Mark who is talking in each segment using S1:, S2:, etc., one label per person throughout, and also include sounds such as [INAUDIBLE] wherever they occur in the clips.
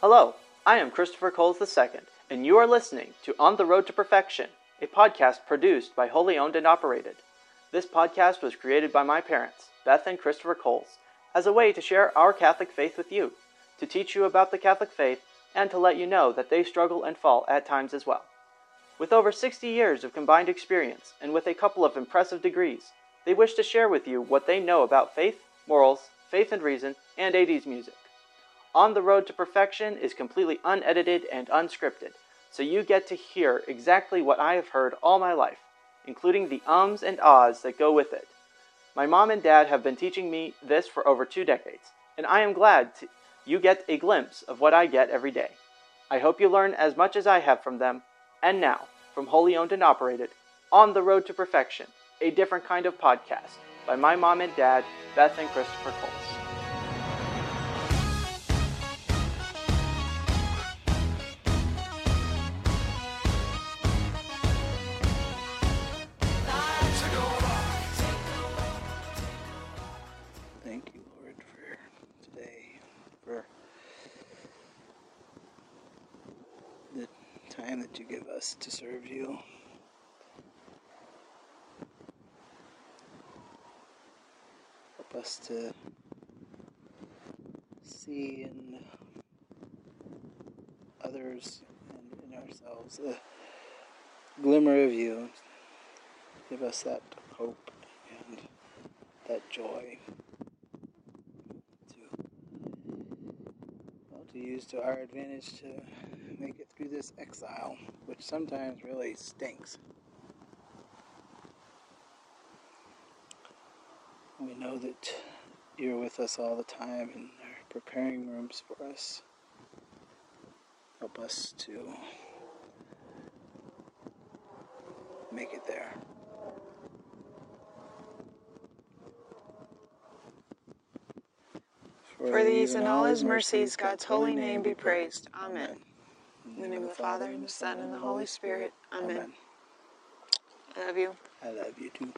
S1: Hello, I am Christopher Coles II, and you are listening to On the Road to Perfection, a podcast produced by Wholly Owned and Operated. This podcast was created by my parents, Beth and Christopher Coles, as a way to share our Catholic faith with you, to teach you about the Catholic faith, and to let you know that they struggle and fall at times as well. With over 60 years of combined experience and with a couple of impressive degrees, they wish to share with you what they know about faith, morals, faith and reason, and 80s music. On the Road to Perfection is completely unedited and unscripted, so you get to hear exactly what I have heard all my life, including the ums and ahs that go with it. My mom and dad have been teaching me this for over two decades, and I am glad to, you get a glimpse of what I get every day. I hope you learn as much as I have from them. And now, from Wholly Owned and Operated, On the Road to Perfection, a different kind of podcast by my mom and dad, Beth and Christopher Coles.
S2: Thank you, Lord, for today, for the time that you give us to serve you. Help us to see in others and in ourselves a glimmer of you. Give us that hope and that joy to well, to use to our advantage to make it through this exile, which sometimes really stinks. We know that you're with us all the time and are preparing rooms for us. Help us to make it there.
S3: For these and all his mercies, God's holy name be praised. Amen. In the name of the Father, and the Son, and the Holy Spirit. Amen. I love you.
S2: I love you too.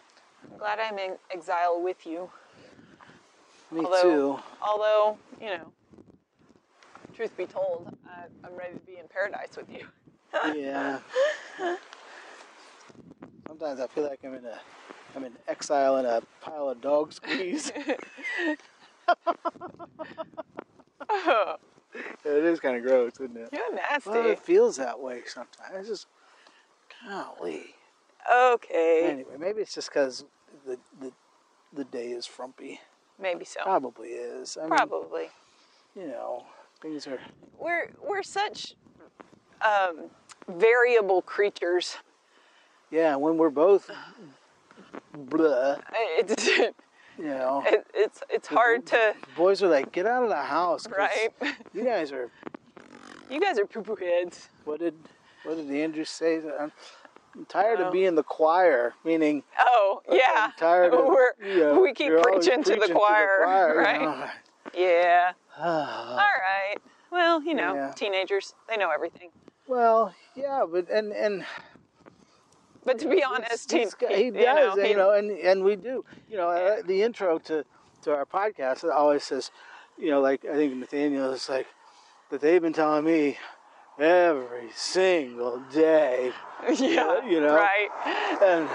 S3: I'm glad I'm in exile with you.
S2: Me
S3: although,
S2: too.
S3: although, you know, truth be told, I, I'm ready to be in paradise with you. [LAUGHS]
S2: Yeah. Sometimes I feel like I'm in a, I'm in exile in a pile of
S3: [LAUGHS]
S2: dog squeeze. it is kind of gross, isn't it?
S3: You're nasty.
S2: Well, it feels that way sometimes. It's just, golly.
S3: okay.
S2: Anyway, maybe it's just because the, the the day is frumpy.
S3: Maybe so.
S2: Probably is. I mean,
S3: Probably.
S2: You know, things are.
S3: We're we're such um, variable creatures.
S2: Yeah, when we're
S3: [SIGHS]
S2: both, blah.
S3: It's [LAUGHS]
S2: You know,
S3: it, it's it's hard to
S2: boys are like, get out of the house. 'cause
S3: right.
S2: You guys are
S3: You guys are poo poo heads.
S2: What did what did the Andrews say? I'm, I'm tired
S3: Oh.
S2: of being the choir, meaning
S3: Oh yeah.
S2: I'm tired of
S3: [LAUGHS] We're,
S2: you know,
S3: we keep
S2: you're always
S3: preaching, to, the choir, [LAUGHS]
S2: you
S3: right?
S2: know. Uh,
S3: Yeah. All right. Well, you know,
S2: Yeah.
S3: teenagers, they know everything.
S2: [SIGHS] well, yeah, but and and
S3: But to be honest,
S2: he's-
S3: he,
S2: he
S3: you
S2: does,
S3: know, he-
S2: you know, and and we do, you know,
S3: Yeah.
S2: uh, the intro to to our podcast it always says, you know, like I think Nathaniel is like that they've been telling me every single day,
S3: [LAUGHS] yeah,
S2: you know.
S3: right.
S2: and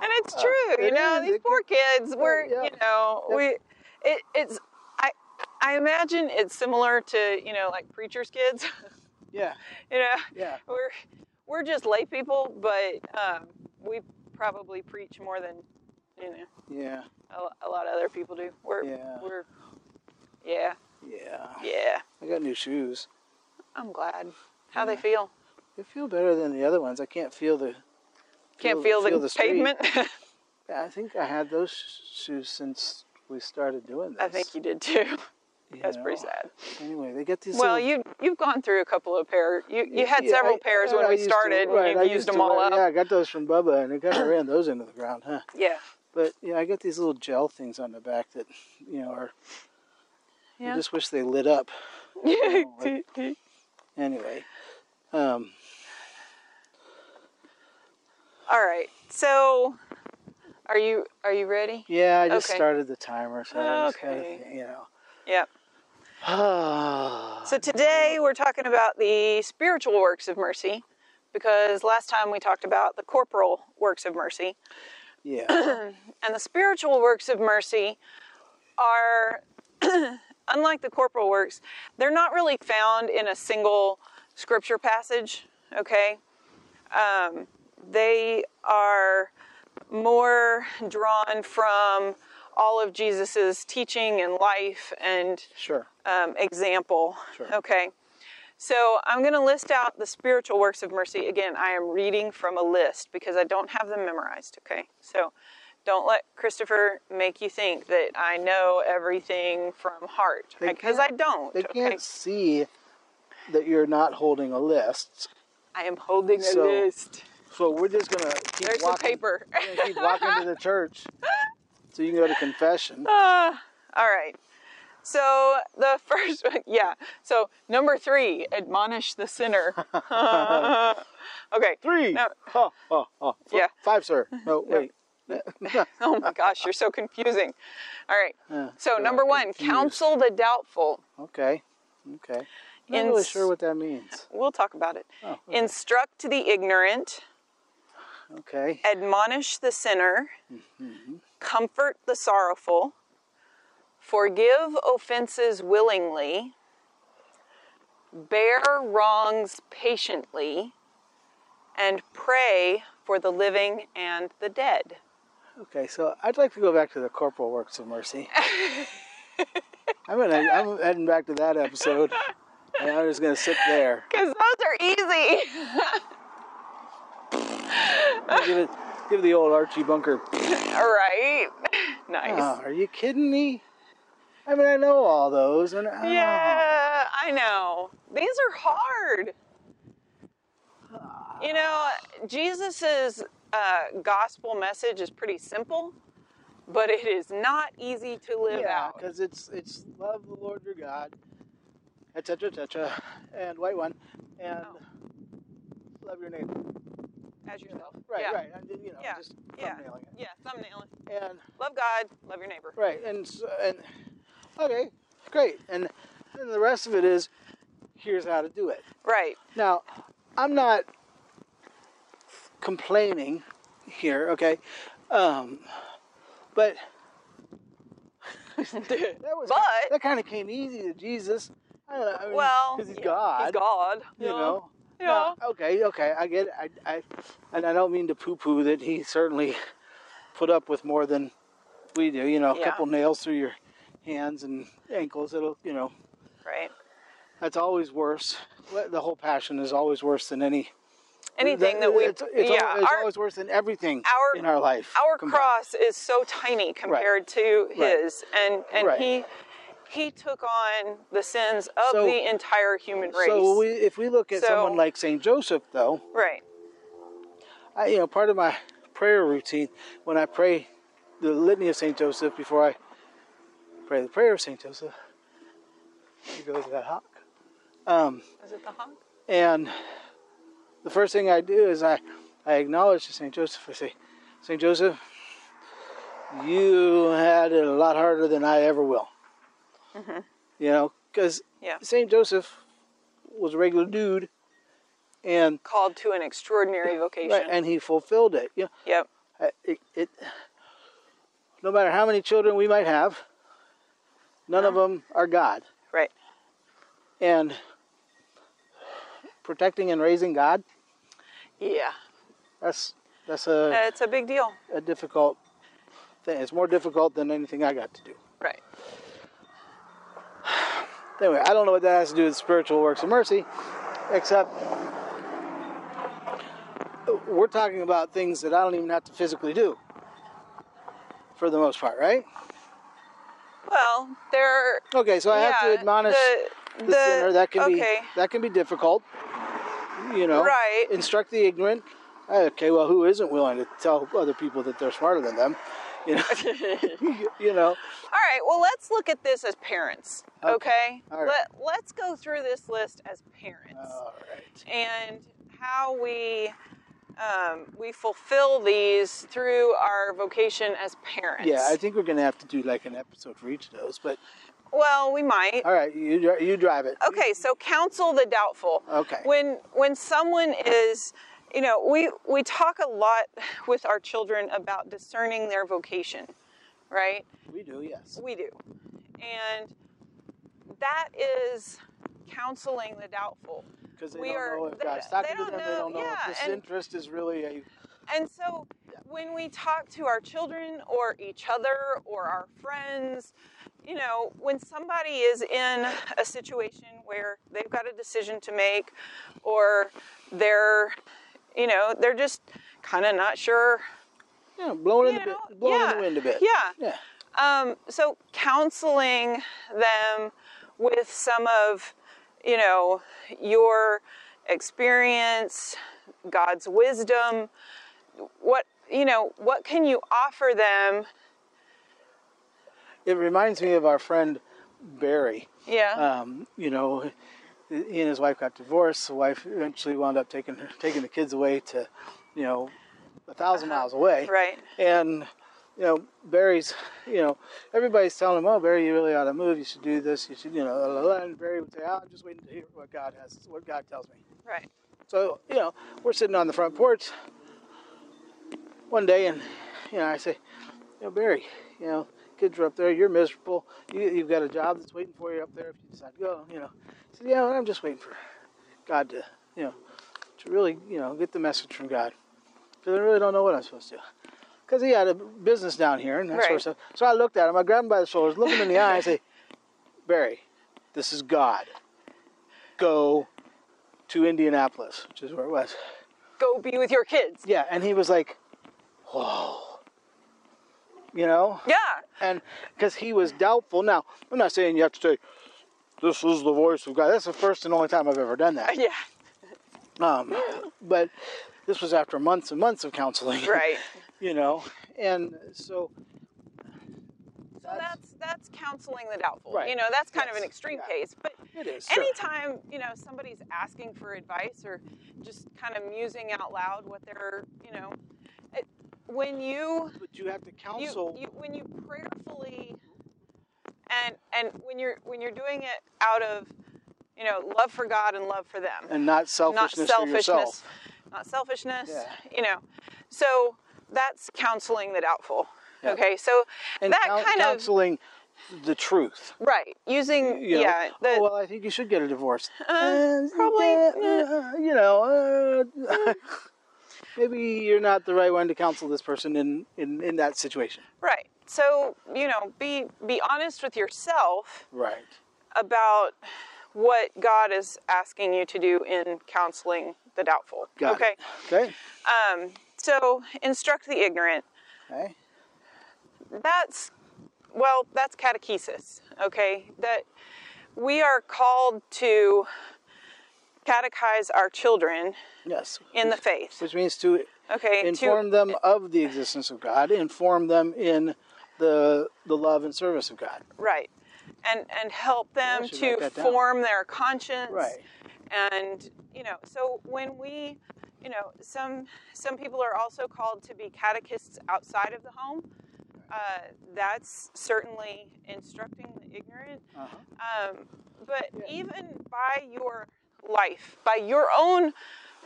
S3: And it's true, you
S2: it
S3: know,
S2: is,
S3: these
S2: it
S3: poor kids, we're,
S2: yeah.
S3: you know,
S2: Yep.
S3: we, it, it's, I, I imagine it's similar to, you know, like preachers' kids, [LAUGHS]
S2: yeah,
S3: you know,
S2: yeah,
S3: we're, we're just lay people, but, um, we probably preach more than, you know,
S2: yeah,
S3: a, a lot of other people do. We're,
S2: Yeah.
S3: we're, yeah,
S2: yeah.
S3: yeah.
S2: I got new shoes.
S3: I'm glad. How they
S2: Yeah.
S3: feel?
S2: They feel better than the other ones. I can't feel the.
S3: Can't feel, the,
S2: street.
S3: pavement. [LAUGHS]
S2: Yeah, I think I had those sh- shoes since we started doing this.
S3: I think you did too.
S2: You
S3: That's pretty
S2: know.
S3: sad.
S2: Anyway, they get these.
S3: Well,
S2: little-
S3: you you've gone through a couple of pairs. You you had
S2: Yeah,
S3: several
S2: I-
S3: pairs when
S2: I
S3: we
S2: used to-
S3: started. and
S2: right,
S3: you've
S2: I
S3: used
S2: used
S3: them
S2: to
S3: all
S2: wear-
S3: up.
S2: Yeah, I got those from Bubba, and it kind of
S3: [CLEARS THROAT]
S2: ran those into the ground, huh?
S3: Yeah.
S2: But yeah, I got these little gel things on the back that you know are.
S3: Yeah.
S2: I
S3: [LAUGHS]
S2: just wish they lit up. you know, like- anyway, um,
S3: all right. So, are you are you ready?
S2: yeah, I just
S3: Okay. Oh,
S2: started the timer, so I just kinda
S3: Okay.
S2: thi- you know.
S3: Yep.
S2: Ah,
S3: So today we're talking about the spiritual works of mercy because last time we talked about the corporal works of mercy.
S2: [SIGHS]
S3: [CLEARS THROAT]
S2: yeah.
S3: And the spiritual works of mercy are, [CLEARS THROAT] unlike the corporal works, they're not really found in a single scripture passage, okay? Um, they are more drawn from all of Jesus's teaching and life and
S2: Sure.
S3: um, example.
S2: Sure.
S3: Okay. So I'm going to list out the spiritual works of mercy. Again, I am reading from a list because I don't have them memorized. Okay. So don't let Christopher make you think that I know everything from heart
S2: They
S3: because I
S2: can't-
S3: don't.
S2: They
S3: okay.
S2: can't see that you're not holding a list.
S3: I am holding a
S2: So,
S3: list.
S2: So we're just gonna keep
S3: There's the
S2: walking.
S3: paper. [LAUGHS]
S2: We're gonna keep walking to the church, so you can go to confession.
S3: Uh, All right. So the [LAUGHS] first one, yeah. So number three, admonish
S2: [LAUGHS]
S3: the sinner. [LAUGHS] okay.
S2: Three.
S3: No.
S2: Ha, ha, ha. F-
S3: Yeah.
S2: Five,
S3: [LAUGHS]
S2: sir. No, wait.
S3: Oh my gosh, you're so confusing. All right.
S2: [LAUGHS] Yeah,
S3: so
S2: yeah,
S3: number one,
S2: confused.
S3: counsel the doubtful.
S2: Okay. Okay. Not
S3: Ins-
S2: really sure what that means.
S3: We'll talk about it.
S2: Oh, okay.
S3: Instruct the ignorant,
S2: Okay.
S3: admonish the sinner,
S2: Mm-hmm.
S3: comfort the sorrowful, forgive offenses willingly, bear wrongs patiently, and pray for the living and the dead.
S2: Okay. So I'd like to go back to the corporal works of
S3: [LAUGHS]
S2: mercy. I'm gonna. I'm heading back to that
S3: [LAUGHS]
S2: episode. And I'm just gonna sit there.
S3: Because those are easy. [LAUGHS]
S2: I'll give it. Give the old Archie Bunker.
S3: All right. [LAUGHS] Nice.
S2: Oh, are you kidding me? I mean, I know all those, and oh,
S3: Yeah, I know. These are hard. You know, Jesus's uh, gospel message is pretty simple, but it is not easy to live
S2: yeah,
S3: out.
S2: because it's it's love the Lord your God, etc. etc. And white one, and
S3: Oh.
S2: love your neighbor.
S3: As yourself.
S2: Right,
S3: yeah.
S2: right. And then, you know,
S3: Yeah,
S2: just
S3: yeah.
S2: thumbnailing it.
S3: Yeah, thumbnailing.
S2: And
S3: Love God, love your neighbor.
S2: right, and s- and okay, great. And then the rest of it is here's how to do it.
S3: Right.
S2: Now, I'm not complaining here, okay? Um, but [LAUGHS] that was
S3: But-
S2: that kind of came easy to Jesus. I don't know, I mean,
S3: Well,
S2: 'cause he's
S3: yeah,
S2: God,
S3: He's God.
S2: you
S3: yeah.
S2: know.
S3: Yeah.
S2: Now, okay, okay, I get it. I, I, and I don't mean to poo-poo that he certainly put up with more than we do. You know, a
S3: Yeah.
S2: couple nails through your hands and ankles. It'll, you know,
S3: Right.
S2: that's always worse. The whole passion is always worse than any
S3: Anything
S2: the-
S3: that we.
S2: it's, it's,
S3: yeah.
S2: always, it's
S3: our-
S2: always worse than everything
S3: our-
S2: in our life
S3: our
S2: combined.
S3: cross is so tiny compared to
S2: Right.
S3: his and and
S2: Right.
S3: he he took on the sins of
S2: So-
S3: the entire human race
S2: so we, if we look at
S3: So-
S2: someone like saint joseph though
S3: right
S2: I, you know part of my prayer routine when i pray the litany of saint joseph before i pray the prayer of saint joseph you go to that hawk um,
S3: is it the hawk
S2: and the first thing i do is i, I acknowledge to saint joseph i say saint joseph you had it a lot harder than i ever will you know because
S3: yeah
S2: Saint Joseph was a regular dude, and
S3: called to an extraordinary
S2: [LAUGHS]
S3: vocation
S2: right, and he fulfilled it. You
S3: yep
S2: know, it, it. No matter how many children we might have, none of them are God,
S3: right
S2: and protecting and raising God.
S3: yeah
S2: That's that's a,
S3: it's a big deal
S2: a difficult thing. It's more difficult than anything I got to do.
S3: right
S2: Anyway, I don't know what that has to do with spiritual works of mercy, except we're talking about things that I don't even have to physically do for the most part, right?
S3: well there
S2: Okay, so I have to
S3: yeah,
S2: admonish the,
S3: the, the-
S2: sinner. That can
S3: okay.
S2: be that can be difficult. You know,
S3: Right.
S2: Instruct the ignorant. Eh, Okay, well, who isn't willing to tell other people that they're smarter than them? You
S3: [LAUGHS]
S2: know, [LAUGHS] you know.
S3: All right, well, let's look at this as parents, okay?
S2: Okay, all right. Oh.
S3: Let, let's go through this list as parents
S2: All right.
S3: and how we um, we fulfill these through our vocation as parents.
S2: Yeah, I think we're gonna have to do like an episode for each of those, but
S3: Well, we might.
S2: All right, you dri- you drive it.
S3: Okay, so counsel the doubtful.
S2: Okay.
S3: When when someone is, you know, we we talk a lot with our children about discerning their vocation, right?
S2: We do, yes.
S3: We do. And that is counseling the doubtful.
S2: Because they
S3: we
S2: don't
S3: are-
S2: know if
S3: they-
S2: God's
S3: they
S2: talking to
S3: don't
S2: them. They
S3: know-
S2: don't know
S3: yeah,
S2: if this
S3: and-
S2: interest is really a.
S3: And so when we talk to our children or each other or our friends, you know, when somebody is in a situation where they've got a decision to make or they're, you know, they're just kind of not sure.
S2: Yeah, blowing
S3: You
S2: in the
S3: know,
S2: bit, blowing in
S3: yeah,
S2: the wind a bit.
S3: yeah.
S2: Yeah.
S3: Um, so counseling them with some of, you know, your experience, God's wisdom, what you know, what can you offer them?
S2: It reminds me of our friend Barry.
S3: Yeah.
S2: Um, you know, he and his wife got divorced. The wife eventually wound up taking her, taking the kids away to, you know, a 1000 miles away.
S3: Uh-huh. right.
S2: And you know, Barry's, you know, everybody's telling him, "Oh, Barry, you really ought to move. You should do this. You should, you know." la, la, la." And Barry would say, "Oh, I'm just waiting to hear what God has, what God tells me."
S3: Right.
S2: So, you know, we're sitting on the front porch one day, and, you know, I say, you know, Barry, you know, kids are up there, you're miserable, you, you've got a job that's waiting for you up there if you decide to go, you know. He said, yeah, I'm just waiting for God to, you know, to really, you know, get the message from God. Because I really don't know what I'm supposed to do. Because he had a business down here and that sort
S3: Right.
S2: of stuff. So I looked at him, I grabbed him by the shoulders, looked him in the eye, and say, Barry, this is God. Go to Indianapolis, which is where it was.
S3: Go be with your kids.
S2: Yeah, and he was like, "Whoa," you know,
S3: Yeah.
S2: and because he was doubtful. Now, I'm not saying you have to say, "This is the voice of God." That's the first and only time I've ever done that.
S3: [LAUGHS] Yeah.
S2: Um, but this was after months and months of counseling, [LAUGHS]
S3: Right.
S2: you know, and so
S3: So that's that's counseling the doubtful.
S2: Right.
S3: You know, that's kind of
S2: Yes.
S3: an extreme
S2: Yeah.
S3: case, but
S2: it is. sure.
S3: anytime you know somebody's asking for advice or just kind of musing out loud what they're you know it, when you
S2: But you have to
S3: you,
S2: counsel.
S3: you when you prayerfully and and when you're when you're doing it out of you know love for god and love for them
S2: and not
S3: not
S2: selfishness, for
S3: selfishness
S2: yourself.
S3: not selfishness
S2: Yeah.
S3: you know so that's counseling the doubtful
S2: Yeah.
S3: okay so
S2: And
S3: that
S2: coun-
S3: kind of
S2: counseling the truth.
S3: right using
S2: you know,
S3: yeah the,
S2: oh, well, I think you should get a divorce.
S3: Uh, probably,
S2: uh,
S3: uh,
S2: you know, uh, [LAUGHS] maybe you're not the right one to counsel this person in, in, in that situation.
S3: right so you know be be honest with yourself
S2: Right.
S3: about what God is asking you to do in counseling the doubtful.
S2: Got
S3: okay.
S2: it. Okay.
S3: Um, so instruct the ignorant.
S2: Okay.
S3: That's well, that's catechesis. Okay, that we are called to catechize our children
S2: Yes.
S3: in the faith.
S2: Which means to
S3: Okay,
S2: inform
S3: to
S2: them of the existence of God, inform them in the the love and service of God.
S3: right, and and help them
S2: should write
S3: to
S2: that down.
S3: form their conscience.
S2: Right.
S3: and you know so when we you know some some people are also called to be catechists outside of the home uh, that's certainly instructing the ignorant
S2: Uh-huh.
S3: um, but even by your life by your own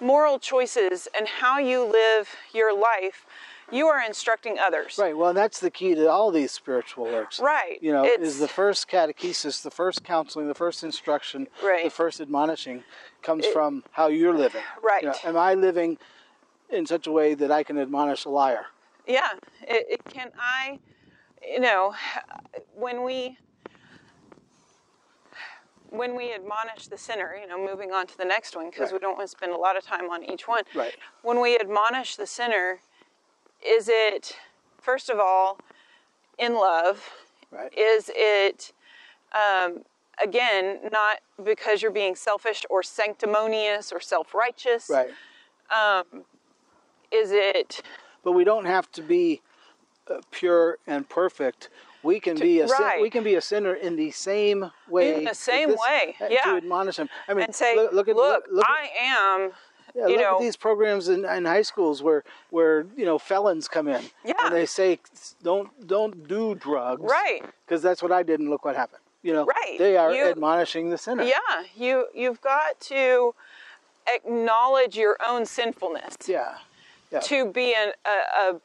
S3: moral choices and how you live your life you are instructing others
S2: Right. Well, that's the key to all these spiritual works.
S3: Right.
S2: You know,
S3: It's-
S2: is the first catechesis, the first counseling, the first instruction,
S3: Right.
S2: the first admonishing comes from how you're living.
S3: Right.
S2: You know, am I living in such a way that I can admonish a liar?
S3: yeah it, it can i you know when we when we admonish the sinner you know moving on to the next one because we
S2: Right.
S3: don't want to spend a lot of time on each one
S2: Right.
S3: when we admonish the sinner is it first of all in love
S2: Right.
S3: is it um, again not because you're being selfish or sanctimonious or self-righteous
S2: Right.
S3: is it
S2: But we don't have to be uh, pure and perfect. We can be a sin-
S3: right.
S2: we can be a sinner in the same way.
S3: the
S2: that
S3: same way,
S2: uh,
S3: yeah.
S2: To admonish him. I mean,
S3: and say
S2: look, look at look, look at-
S3: i am
S2: Yeah,
S3: you
S2: look
S3: know
S2: at these programs in, in high schools where where you know felons come in
S3: Yeah.
S2: and they say don't don't do drugs
S3: Right.
S2: because that's what I did and look what happened You know,
S3: Right.
S2: they are
S3: You-
S2: admonishing the sinner.
S3: Yeah, you you've got to acknowledge your own sinfulness
S2: Yeah. Yeah. To,
S3: to be an, a, a,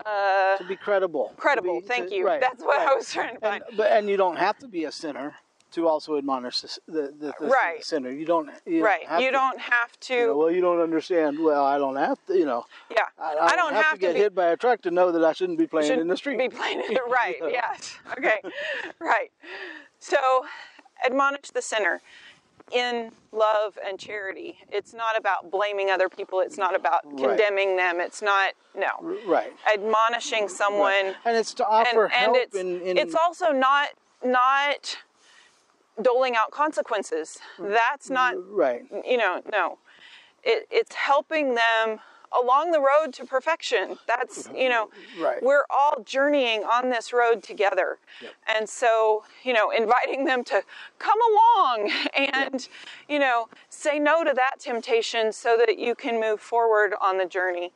S3: a
S2: be credible. to
S3: credible.
S2: be-
S3: thank
S2: to-
S3: you.
S2: right,
S3: That's what
S2: right.
S3: I was trying to find.
S2: And, but and you don't have to be a sinner to also admonish the the, the, the
S3: Right.
S2: sinner. You don't. You
S3: right.
S2: Don't have
S3: you
S2: to,
S3: don't have to.
S2: you know, well, you don't understand. Well, I don't have to. You know.
S3: yeah.
S2: I, I
S3: don't have to,
S2: get
S3: be,
S2: hit by a truck to know that I shouldn't be playing
S3: should
S2: in the street.
S3: Be playing
S2: [LAUGHS]
S3: in the- right.
S2: Yeah.
S3: Yes. Okay. [LAUGHS] right. So, admonish the sinner in love and charity. It's not about blaming other people. It's not about condemning them. It's not no.
S2: right.
S3: Admonishing someone
S2: Right. And it's to offer help
S3: it's,
S2: in, in
S3: it's also not not doling out consequences that's not
S2: right.
S3: you know no it, it's helping them along the road to perfection that's you know
S2: Mm-hmm. Right.
S3: we're all journeying on this road together and so you know inviting them to come along and you know say no to that temptation so that you can move forward on the journey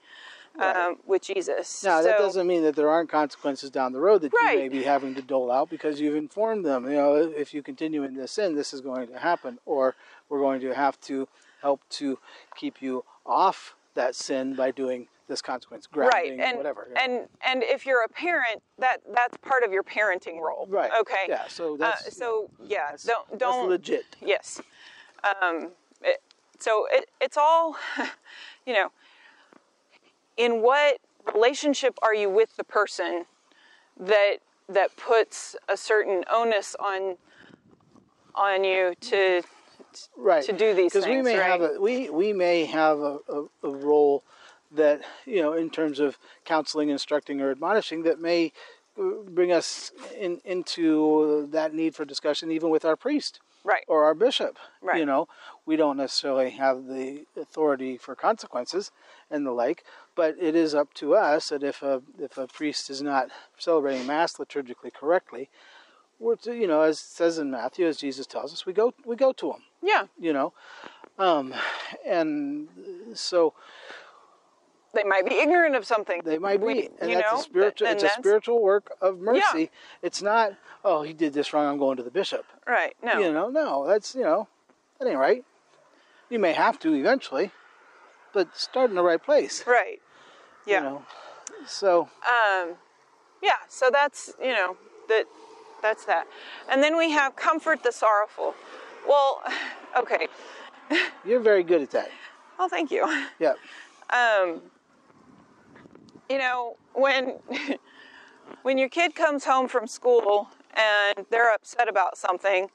S3: um, with jesus
S2: Now that
S3: So-
S2: doesn't mean that there aren't consequences down the road that you may
S3: Right.
S2: be having to dole out because you've informed them. You know, if you continue in this sin, this is going to happen, or we're going to have to help to keep you off that sin by doing this consequence,
S3: right
S2: grounding,
S3: and
S2: whatever. you know.
S3: and and if you're a parent that that's part of your parenting role
S2: Right.
S3: okay
S2: Yeah, so
S3: uh,
S2: that's-
S3: so yeah don't
S2: that's
S3: don't
S2: legit.
S3: yes um it, so it, it's all [LAUGHS] you know in what relationship are you with the person that that puts a certain onus on on you to
S2: right.
S3: to do these
S2: we
S3: things,
S2: may have
S3: right?
S2: a we we may have a, a, a role that you know in terms of counseling, instructing, or admonishing that may uh, bring us in, into that need for discussion, even with our priest
S3: right
S2: or our bishop. You
S3: Right.
S2: know, we don't necessarily have the authority for consequences and the like, but it is up to us that if a if a priest is not celebrating mass liturgically correctly, we're to, you know, as it says in Matthew, as Jesus tells us, we go we go to him
S3: yeah
S2: you know um and so
S3: they might be ignorant of something
S2: they might be
S3: We-
S2: and
S3: you
S2: that's
S3: know,
S2: a spiritual
S3: and
S2: it's a
S3: that's-
S2: spiritual work of mercy it's not oh he did this wrong i'm going to the bishop
S3: right no
S2: you know no that's you know that ain't right you may have to eventually but start in the right place
S3: right yeah
S2: you know so
S3: um, yeah so that's you know that that's that and then we have comfort the sorrowful well [SIGHS] okay
S2: you're very good at that
S3: well thank you [LAUGHS]
S2: yeah
S3: um, you know when [LAUGHS] when your kid comes home from school and they're upset about something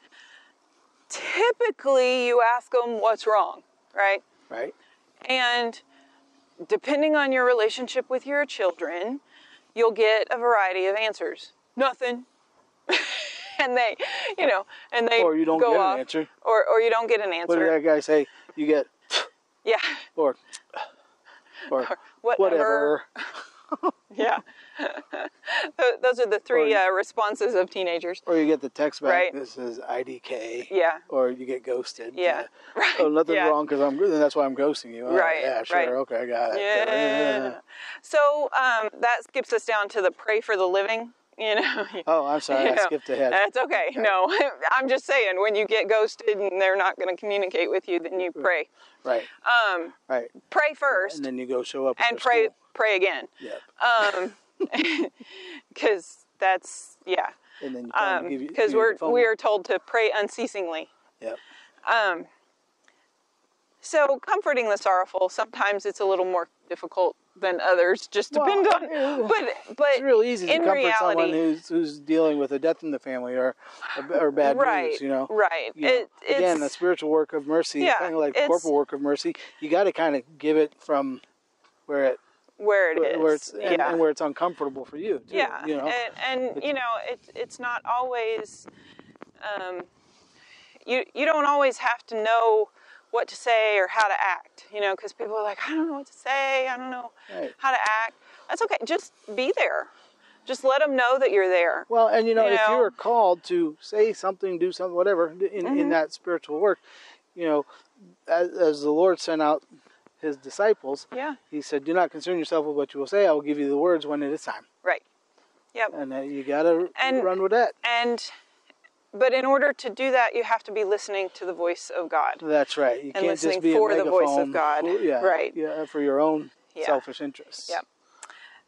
S3: typically you ask them what's wrong right
S2: right
S3: And depending on your relationship with your children, you'll get a variety of answers. Nothing. [LAUGHS] and they, you know, and they
S2: Or you don't
S3: go
S2: get an
S3: off,
S2: answer.
S3: Or, or you don't get an
S2: what did
S3: answer.
S2: that guy say you get
S3: [LAUGHS] yeah.
S2: or or
S3: [LAUGHS] whatever.
S2: whatever
S3: Yeah. [LAUGHS] Tho- Those are the three
S2: Or-
S3: uh, responses of teenagers.
S2: or you get the text back
S3: Right.
S2: this is idk
S3: Yeah.
S2: or you get ghosted
S3: Yeah. [LAUGHS] Right.
S2: oh nothing
S3: yeah.
S2: wrong because i'm good that's why i'm ghosting you Oh,
S3: Right,
S2: yeah sure
S3: right.
S2: okay i got it
S3: Yeah. [LAUGHS] So um, that skips us down to the pray for the living. You know. [LAUGHS]
S2: oh i'm sorry i
S3: know,
S2: skipped ahead
S3: That's
S2: [LAUGHS]
S3: okay. No, [LAUGHS] I'm just saying when you get ghosted and they're not going to communicate with you, then you pray.
S2: [LAUGHS] right
S3: Um,
S2: right
S3: pray first
S2: and
S3: and,
S2: then you go show up at their
S3: pray
S2: school.
S3: pray again.
S2: yeah
S3: Um, because that's yeah.
S2: and then you tell them to give you give
S3: Because
S2: you
S3: um, we're
S2: the phone.
S3: we are told to pray unceasingly.
S2: Yep.
S3: Um, so comforting the sorrowful. Sometimes it's a little more difficult than others. Just
S2: Well,
S3: depend
S2: [LAUGHS] yeah.
S3: on. [LAUGHS] But but
S2: it's real easy to
S3: in
S2: comfort
S3: reality,
S2: someone who's who's dealing with a death in the family or or bad
S3: right,
S2: news you know
S3: right.
S2: You know,
S3: It, it's,
S2: again, the spiritual work of mercy,
S3: Yeah,
S2: kind of like
S3: it's-
S2: corporal work of mercy. You got to kind of give it from where it
S3: where it is.
S2: where it's and,
S3: yeah.
S2: and where it's uncomfortable for you. Too,
S3: yeah.
S2: you know,
S3: And, and you know, it, it's not always, um, you, you don't always have to know what to say or how to act, you know, because people are like, I don't know what to say. I don't know
S2: Right.
S3: how to act. That's okay. Just be there. Just let them know that you're there.
S2: Well, and you know,
S3: You
S2: if
S3: know?
S2: you are called to say something, do something, whatever in,
S3: Mm-hmm.
S2: in that spiritual work, you know, as, as the Lord sent out His disciples,
S3: Yeah.
S2: He said, "Do not concern yourself with what you will say. I will give you the words one at a time."
S3: Right. Yep.
S2: And uh, you got to
S3: And-
S2: run with that.
S3: and But in order to do that, you have to be listening to the voice of God.
S2: That's right. You can't
S3: listening
S2: just be
S3: for
S2: a
S3: the voice of
S2: megaphone
S3: God.
S2: for- yeah,
S3: Right.
S2: Yeah, uh, for your own
S3: Yeah.
S2: selfish interests.
S3: Yep.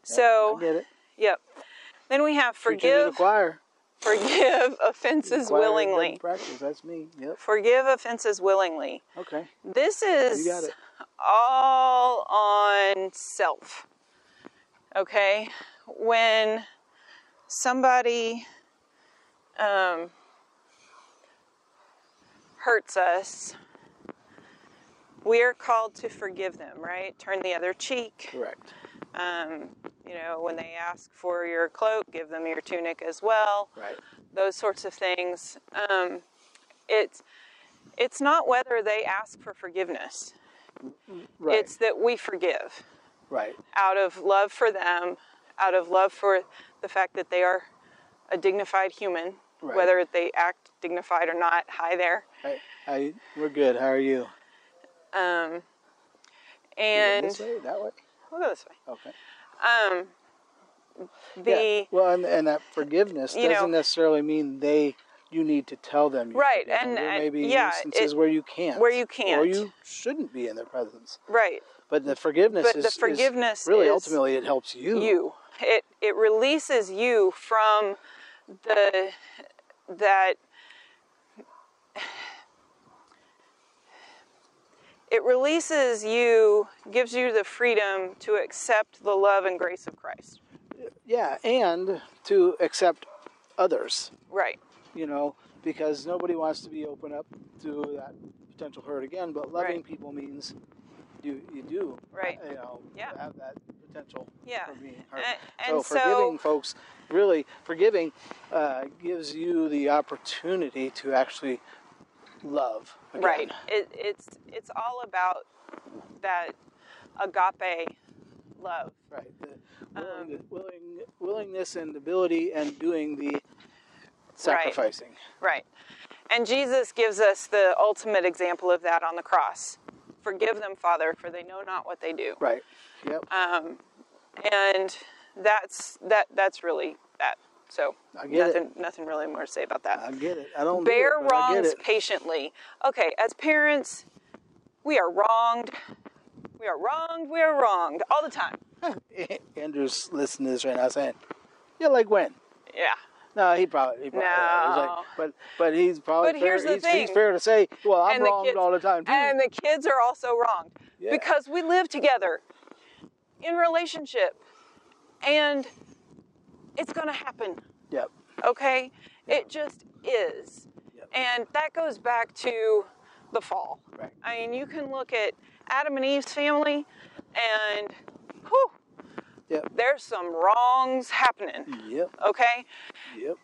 S3: So,
S2: I get it.
S3: yep. Then we have
S2: Preaching to the
S3: forgive,
S2: choir.
S3: forgive [LAUGHS]
S2: Choir
S3: offenses
S2: doesn't
S3: willingly.
S2: Practice. That's me. Yep.
S3: Forgive offenses willingly.
S2: Okay.
S3: This is
S2: You got it.
S3: all on self. Okay? When somebody um, hurts us, we are called to forgive them, right? Turn the other cheek.
S2: Correct.
S3: Um, you know, when they ask for your cloak, give them your tunic as well
S2: Right.
S3: those sorts of things. Um, it's it's not whether they ask for forgiveness.
S2: Right.
S3: It's that we forgive
S2: right.
S3: out of love for them, out of love for the fact that they are a dignified human,
S2: Right.
S3: whether they act dignified or not. Hi there.
S2: Hey, I, we're good. How are you?
S3: Um,
S2: this
S3: and
S2: way, that way.
S3: we'll go this way.
S2: Okay.
S3: Um, the
S2: yeah. Well, and, and that forgiveness
S3: you know-
S2: doesn't necessarily mean they you need to tell them. You
S3: Right,
S2: forgive them.
S3: and-
S2: there
S3: and-
S2: may be
S3: yeah,
S2: instances
S3: it-
S2: where you can't,
S3: where you
S2: or
S3: can't.
S2: you shouldn't be in their presence.
S3: right
S2: But the forgiveness
S3: But
S2: is
S3: the
S2: is
S3: forgiveness
S2: really
S3: is
S2: ultimately it helps you.
S3: you. It it releases you from the that it releases you, gives you the freedom to accept the love and grace of Christ.
S2: Yeah, and to accept others,
S3: Right.
S2: you know, because nobody wants to be open up to that potential hurt again. But loving
S3: Right.
S2: people means you you do
S3: Right.
S2: you know
S3: Yeah.
S2: have that potential
S3: Yeah.
S2: for being hurt.
S3: And- and
S2: so
S3: so-
S2: forgiving folks really forgiving uh, gives you the opportunity to actually love. again.
S3: Right. It, it's it's all about that agape love.
S2: Right. The
S3: Um,
S2: willing, willing, willingness and ability and doing the sacrificing.
S3: Right. And Jesus gives us the ultimate example of that on the cross. Forgive them, Father, for they know not what they do.
S2: Right. Yep.
S3: Uh, And that's that that's really that. So
S2: I get it.
S3: nothing nothing really more to say about that.
S2: I get it. I don't do
S3: bear
S2: it, but I get
S3: wrongs
S2: it.
S3: patiently. Okay, as parents, we are wronged. We are wronged. We are wronged all the time.
S2: [LAUGHS] Andrew's listening to this right now, saying, "Yeah, like when?"
S3: Yeah.
S2: No, he probably. He probably he's
S3: No.
S2: like, but but he's probably.
S3: But
S2: fair,
S3: here's the
S2: he's, he's
S3: thing.
S2: fair to say, "Well, I'm
S3: And the
S2: wrong
S3: kids-
S2: all the time." Too.
S3: And the kids are also wronged
S2: Yeah.
S3: because we live together in relationship and it's going to happen.
S2: yep.
S3: Okay? It just is.
S2: Yep.
S3: And that goes back to the fall.
S2: Right.
S3: I mean, you can look at Adam and Eve's family and whew,
S2: Yep.
S3: there's some wrongs happening.
S2: Yep.
S3: Okay?
S2: Yep.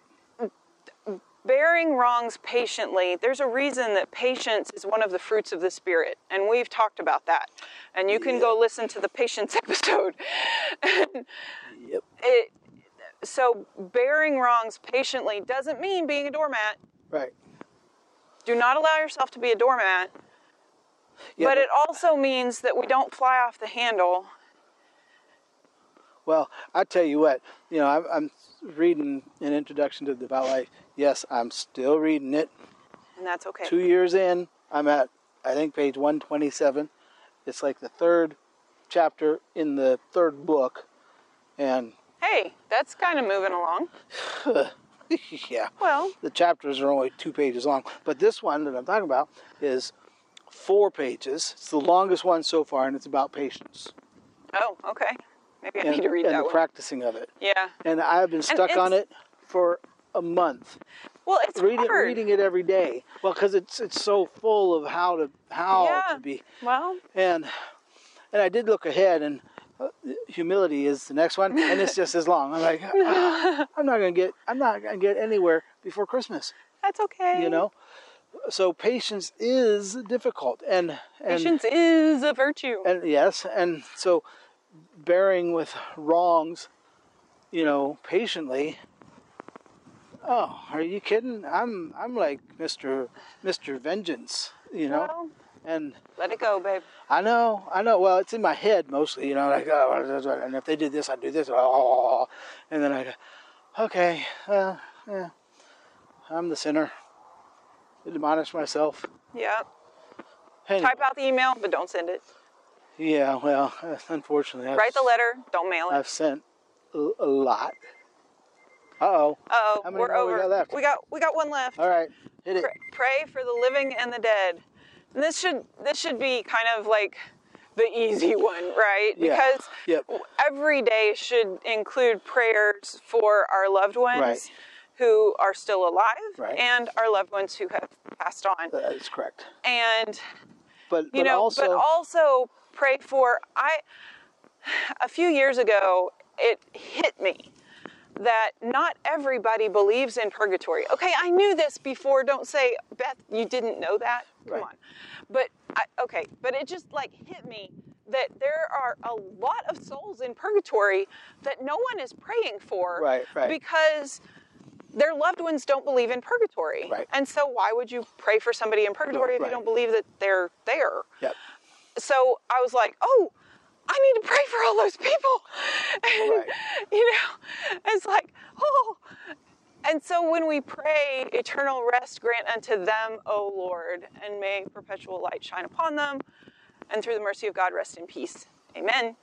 S3: Bearing wrongs patiently, there's a reason that patience is one of the fruits of the Spirit, and we've talked about that. And you can go listen to the patience [LAUGHS] episode.
S2: Yep.
S3: it, so, bearing wrongs patiently doesn't mean being a doormat.
S2: Right.
S3: Do not allow yourself to be a doormat,
S2: Yeah,
S3: but it also means that we don't fly off the handle.
S2: Well, I tell you what, you know, I'm, I'm reading an introduction to the Devout Life. Yes, I'm still reading it.
S3: And that's okay.
S2: Two years in, I'm at, I think, page 127. It's like the third chapter in the third book. And
S3: Hey, that's kind of moving along.
S2: yeah,
S3: Well,
S2: the chapters are only two pages long. But this one that I'm talking about is four pages. It's the longest one so far, and it's about patience
S3: oh, okay. Maybe I
S2: and,
S3: need to read
S2: and
S3: that
S2: the
S3: one.
S2: practicing of it.
S3: yeah.
S2: And I've been stuck on
S3: it's-
S2: it for a month.
S3: Well, it's
S2: reading
S3: hard.
S2: reading it every day. Well, because it's it's so full of how to how
S3: Yeah.
S2: to be
S3: Well,
S2: and and I did look ahead and uh, humility is the next one and it's just as long. I'm
S3: [LAUGHS]
S2: like "Ah, I'm not gonna get I'm not gonna get anywhere before Christmas,
S3: that's okay.
S2: you know. So patience is difficult and and
S3: patience is a virtue.
S2: and yes and so bearing with wrongs, you know, patiently. Oh, are you kidding? I'm I'm like Mr. Mr. Vengeance, you know.
S3: Well,
S2: And
S3: let it go, babe.
S2: I know, I know. Well, it's in my head mostly, you know. Like, oh, and if they did this, oh, I'd do this. Oh, and then I, go, okay, well, yeah, I'm the sinner. Admonish myself.
S3: Yeah.
S2: Anyway,
S3: Type out the email, but don't send it.
S2: yeah, well, [LAUGHS] unfortunately, I've,
S3: Write the letter, don't mail it.
S2: I've sent a a lot. Uh oh.
S3: Uh
S2: How
S3: oh,
S2: many
S3: we're
S2: more we
S3: over.
S2: got left?
S3: we got we got one left.
S2: All right, hit it.
S3: Pray, pray for the living and the dead. And this should this should be kind of like the easy [LAUGHS] one, right?
S2: Yeah.
S3: Because
S2: Yep.
S3: every day should include prayers for our loved ones
S2: Right.
S3: who are still alive
S2: Right. Uh,
S3: and our loved ones who have passed on.
S2: That's correct.
S3: And
S2: But
S3: you
S2: but
S3: know
S2: also,
S3: but also pray for i a few years ago it hit me that not everybody believes in purgatory okay i knew this before don't say beth you didn't know that come
S2: Right.
S3: on but I, okay but it just like hit me that there are a lot of souls in purgatory that no one is praying for
S2: Right, right.
S3: because their loved ones don't believe in purgatory
S2: Right.
S3: and so why would you pray for somebody in purgatory if
S2: right.
S3: you don't believe that they're there
S2: yep.
S3: so I was like, oh, I need to pray for all those people. [LAUGHS] And,
S2: Right.
S3: you know, it's like, oh. And so when we pray, eternal rest grant unto them, O Lord, and may perpetual light shine upon them, and through the mercy of God, rest in peace. Amen.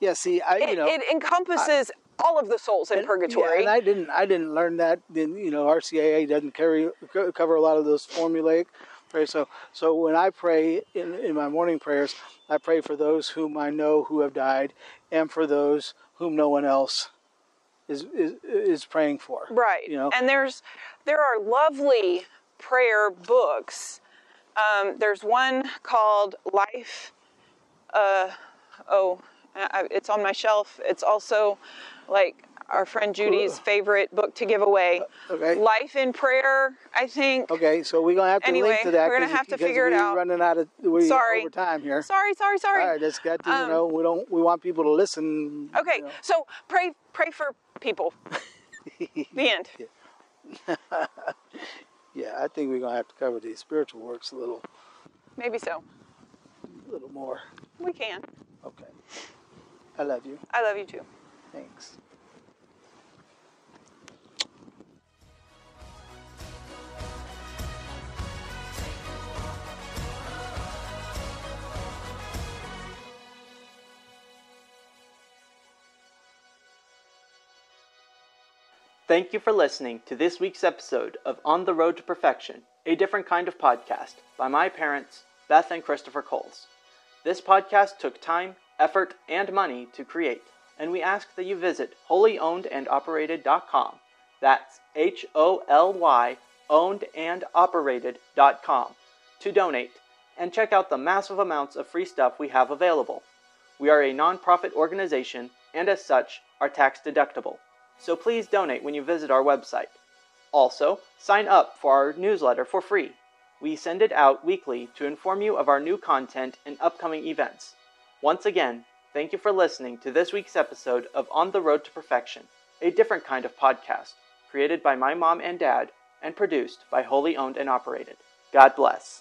S2: Yeah. See, I
S3: It,
S2: you know
S3: it encompasses all of the souls in
S2: and-
S3: purgatory.
S2: Yeah, and I didn't I didn't learn that. Then you know RCAA doesn't carry co- cover a lot of those formulaic. Right, so so when I pray in, in my morning prayers, I pray for those whom I know who have died, and for those whom no one else is is, is praying for.
S3: Right.
S2: You know.
S3: And there's there are lovely prayer books. Um, there's one called Life. Uh, oh, I, I- it's on my shelf. It's also like our friend Judy's favorite book to give away.
S2: Uh, okay.
S3: Life in Prayer, I think.
S2: okay, so we're gonna have to
S3: Anyway,
S2: link to that.
S3: we're gonna
S2: 'cause-
S3: have to
S2: because
S3: figure it
S2: we're
S3: out.
S2: Running out of we're
S3: Sorry.
S2: over time here.
S3: Sorry, sorry, sorry.
S2: All right, that's got to you
S3: Um,
S2: know we don't we want people to listen.
S3: Okay,
S2: you know.
S3: so pray pray for
S2: [LAUGHS]
S3: people. the end.
S2: Yeah, I think we're gonna have to cover these spiritual works a little
S3: Maybe so.
S2: little more.
S3: We can.
S2: Okay. I love you.
S3: I love you too.
S2: Thanks.
S1: Thank you for listening to this week's episode of On the Road to Perfection, a different kind of podcast by my parents, Beth and Christopher Coles. This podcast took time, effort, and money to create, and we ask that you visit holyownedandoperated.com. That's H O L Y ownedandoperated.com to donate and check out the massive amounts of free stuff we have available. We are a nonprofit organization and, as such, are tax deductible, so please donate when you visit our website. Also, sign up for our newsletter for free. We send it out weekly to inform you of our new content and upcoming events. Once again, thank you for listening to this week's episode of On the Road to Perfection, a different kind of podcast, created by my mom and dad and produced by Wholly Owned and Operated. God bless.